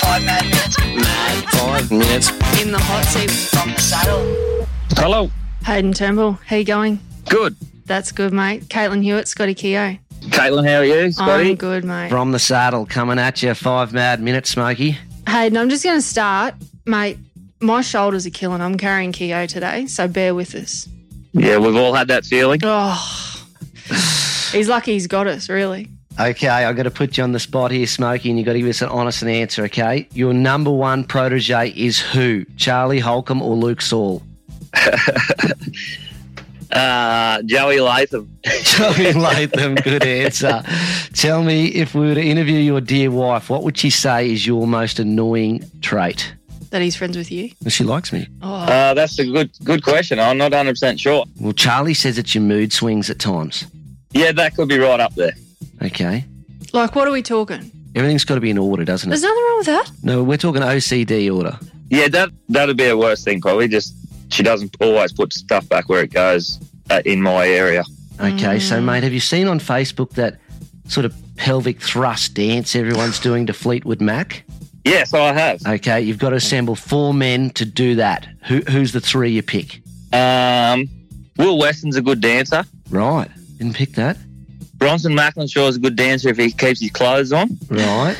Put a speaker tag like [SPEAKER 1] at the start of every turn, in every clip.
[SPEAKER 1] Five mad minutes
[SPEAKER 2] Mad five minutes.
[SPEAKER 3] in the hot seat.
[SPEAKER 1] from the saddle.
[SPEAKER 2] Hello.
[SPEAKER 3] Hayden Turnbull, how you going?
[SPEAKER 2] Good.
[SPEAKER 3] That's good, mate. Caitlin Hewitt, Scotty Keogh.
[SPEAKER 2] Caitlin, how are you?
[SPEAKER 3] I'm
[SPEAKER 2] Scotty?
[SPEAKER 3] good, mate.
[SPEAKER 4] From the saddle, coming at you. Five mad minutes, Smokey.
[SPEAKER 3] Hayden, I'm just going to start, mate. My shoulders are killing. I'm carrying Keogh today, so bear with us.
[SPEAKER 2] Yeah, we've all had that feeling.
[SPEAKER 3] Oh, he's lucky he's got us, really.
[SPEAKER 4] Okay, I've got to put you on the spot here, Smokey, and you've got to give us an honest answer, okay? Your number one protege is who? Charlie Holcomb or Luke Saul?
[SPEAKER 2] Uh, Joey Latham.
[SPEAKER 4] Joey Latham, good answer. Tell me, if we were to interview your dear wife, what would she say is your most annoying trait?
[SPEAKER 3] That he's friends with you.
[SPEAKER 4] Well, She likes me.
[SPEAKER 3] Oh,
[SPEAKER 2] Uh, that's a good good question. I'm not 100% sure.
[SPEAKER 4] Well, Charlie says it's your mood swings at times.
[SPEAKER 2] Yeah, that could be right up there.
[SPEAKER 4] Okay.
[SPEAKER 3] like what are we talking?
[SPEAKER 4] Everything's got to be in order, doesn't
[SPEAKER 3] There's
[SPEAKER 4] it?
[SPEAKER 3] nothing wrong with that.
[SPEAKER 4] No, we're talking OCD order.
[SPEAKER 2] Yeah, that that'd be a worse thing probably. Just she doesn't always put stuff back where it goes uh, in my area.
[SPEAKER 4] Okay, so
[SPEAKER 3] Mm.
[SPEAKER 4] mate, have you seen on Facebook that sort of pelvic thrust dance everyone's doing to Fleetwood Mac?
[SPEAKER 2] Yes, I have.
[SPEAKER 4] Okay, you've got to assemble four men to do that. Who, who's the three you pick?
[SPEAKER 2] Um, Will Weston's a good dancer.
[SPEAKER 4] Right, didn't pick that.
[SPEAKER 2] Bronson Macklinshaw's a good dancer if he keeps his clothes on.
[SPEAKER 4] Right,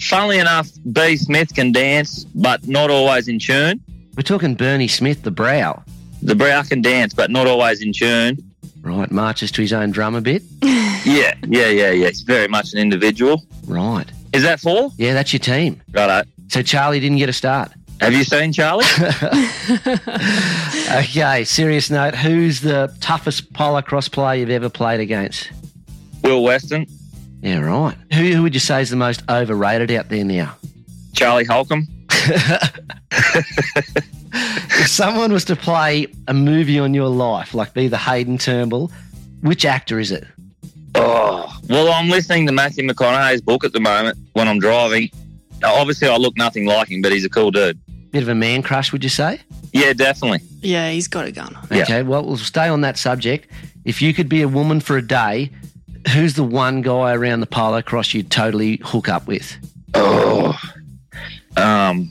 [SPEAKER 2] Funnily enough, B. Smith can dance, but not always in tune.
[SPEAKER 4] we're talking Bernie Smith, the brow.
[SPEAKER 2] The Brow can dance, but not always in tune.
[SPEAKER 4] Right, marches to his own drum a bit.
[SPEAKER 2] Yeah, yeah, yeah, yeah. He's very much an individual.
[SPEAKER 4] Right,
[SPEAKER 2] Is that four?
[SPEAKER 4] yeah, that's your team.
[SPEAKER 2] Righto.
[SPEAKER 4] So Charlie didn't get a start.
[SPEAKER 2] Have you seen Charlie?
[SPEAKER 4] okay, serious note. Who's the toughest polo cross player you've ever played against?
[SPEAKER 2] Will Weston,
[SPEAKER 4] Yeah, right. Who, who would you say is the most overrated out there now?
[SPEAKER 2] Charlie Holcomb.
[SPEAKER 4] if someone was to play a movie on your life, like be the Hayden Turnbull, which actor is it?
[SPEAKER 2] Oh. Well, I'm listening to Matthew McConaughey's book at the moment when I'm driving. Now, obviously, I look nothing like him, but he's a cool dude.
[SPEAKER 4] Bit of a man crush, would you say?
[SPEAKER 2] Yeah, definitely.
[SPEAKER 3] Yeah, he's got a gun.
[SPEAKER 2] Yeah.
[SPEAKER 4] Okay, well, we'll stay on that subject. If you could be a woman for a day, who's the one guy around the polo cross you'd totally hook up with?
[SPEAKER 2] Oh. Um.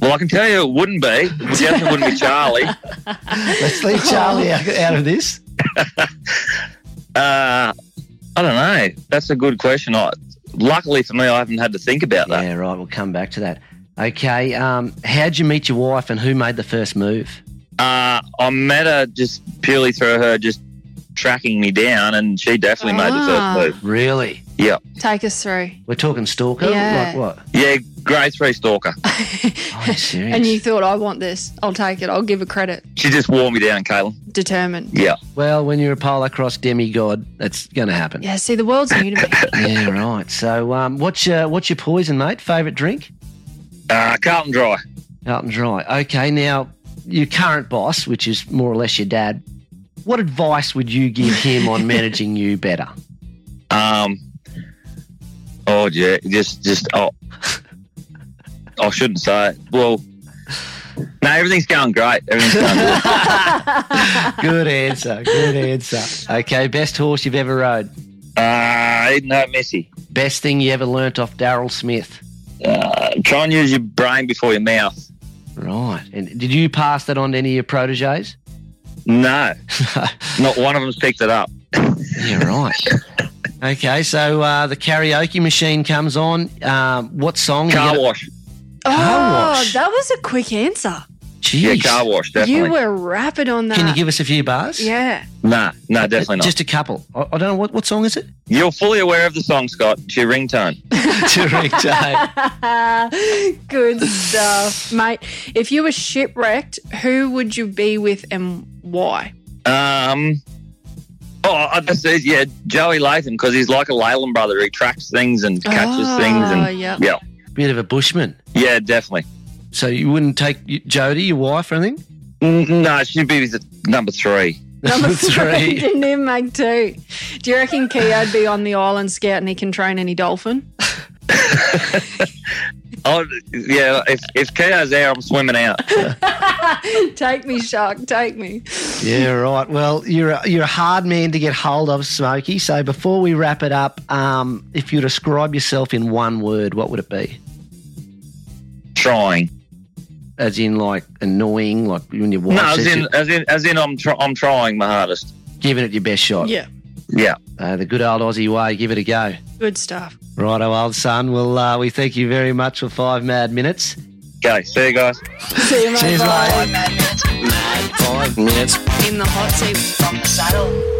[SPEAKER 2] Well, I can tell you it wouldn't be. It definitely wouldn't be Charlie.
[SPEAKER 4] Let's leave
[SPEAKER 3] Oh.
[SPEAKER 4] Charlie out out of this.
[SPEAKER 2] Uh, I don't know. That's a good question. I, luckily for me, I haven't had to think about that.
[SPEAKER 4] Yeah, right, we'll come back to that. Okay, um, how'd you meet your wife and who made the first move?
[SPEAKER 2] Uh, I met her just purely through her just tracking me down, and she definitely made
[SPEAKER 3] Ah.
[SPEAKER 2] the first move.
[SPEAKER 4] Really?
[SPEAKER 3] Take us through.
[SPEAKER 4] We're talking stalker?
[SPEAKER 3] Yeah.
[SPEAKER 4] Like what?
[SPEAKER 2] Yeah, grade three stalker.
[SPEAKER 4] Oh, you're serious?
[SPEAKER 3] and you thought, I want this. I'll take it. I'll give her credit.
[SPEAKER 2] She just wore me down, Caitlin.
[SPEAKER 3] Determined.
[SPEAKER 4] Well, when you're a polo cross demigod, that's going to happen.
[SPEAKER 3] Yeah, see, the world's new to me.
[SPEAKER 4] Yeah, right. So, um, what's your what's your poison, mate? Favorite drink?
[SPEAKER 2] Uh, Carlton Dry.
[SPEAKER 4] Out and dry. Okay, now your current boss, which is more or less your dad, what advice would you give him on managing you better?
[SPEAKER 2] Um, oh yeah, just just oh, I shouldn't say it. Well, no, everything's going great. Everything's going good.
[SPEAKER 4] Good answer. Good answer. Okay, best horse you've ever rode.
[SPEAKER 2] Uh, isn't that messy?
[SPEAKER 4] Best thing you ever learnt off Daryl Smith.
[SPEAKER 2] Uh, try and use your brain before your mouth.
[SPEAKER 4] Right. And did you pass that on to any of your proteges?
[SPEAKER 2] No, not one of them's picked it up.
[SPEAKER 4] Yeah, right. Okay, so uh, the karaoke machine comes on. Um, what
[SPEAKER 3] Mm,
[SPEAKER 4] song?
[SPEAKER 2] Car
[SPEAKER 4] you
[SPEAKER 2] wash.
[SPEAKER 4] Car
[SPEAKER 3] Oh,
[SPEAKER 4] wash.
[SPEAKER 3] that was a quick answer.
[SPEAKER 2] Yeah,
[SPEAKER 4] Jeez.
[SPEAKER 2] car wash. Definitely.
[SPEAKER 3] You were rapid on that.
[SPEAKER 4] Can you give us a few bars?
[SPEAKER 3] yeah.
[SPEAKER 2] Nah, no, Uh, definitely not.
[SPEAKER 4] Just a couple. I, I don't know what, what song is it.
[SPEAKER 2] You're fully aware of the song, Scott. It's your ringtone.
[SPEAKER 4] Directo.
[SPEAKER 3] Good stuff. Mate, if you were shipwrecked, who would you be with and why?
[SPEAKER 2] Um, oh, I just said, yeah, Joey Latham, because he's like a Leyland brother. He tracks things and catches
[SPEAKER 3] oh,
[SPEAKER 2] things. and
[SPEAKER 3] yeah.
[SPEAKER 2] yeah.
[SPEAKER 4] Bit of a bushman.
[SPEAKER 2] Yeah, definitely.
[SPEAKER 4] So you wouldn't take y- Jody, your wife, or anything?
[SPEAKER 2] Mm, No, she'd be the number three.
[SPEAKER 3] Number three didn't even make two. Do you reckon Keo'd be on the island scout and he can train any dolphin?
[SPEAKER 2] Oh, yeah. If if Keo's there, I'm swimming out.
[SPEAKER 3] take me, shark, take me.
[SPEAKER 4] Yeah, right. Well, you're a, you're a hard man to get hold of, Smokey. So before we wrap it up, um, if you describe yourself in one word, what would it be?
[SPEAKER 2] trying.
[SPEAKER 4] As in, like annoying, like when your wife
[SPEAKER 2] no, as
[SPEAKER 4] says
[SPEAKER 2] in,
[SPEAKER 4] you're
[SPEAKER 2] as in, as in, I'm tr- I'm trying my hardest.
[SPEAKER 4] giving it your best shot.
[SPEAKER 3] Yeah,
[SPEAKER 2] Yeah.
[SPEAKER 4] Uh, the good old Aussie way, give it a go.
[SPEAKER 3] good stuff.
[SPEAKER 4] Righto, old son. Well, uh, we thank you very much for five mad minutes.
[SPEAKER 2] Okay. See you guys.
[SPEAKER 3] See you, mate.
[SPEAKER 4] Cheers,
[SPEAKER 3] Bye.
[SPEAKER 1] Five
[SPEAKER 4] mate.
[SPEAKER 1] minutes. Mad. Five minutes.
[SPEAKER 5] In the hot seat.
[SPEAKER 1] From the saddle.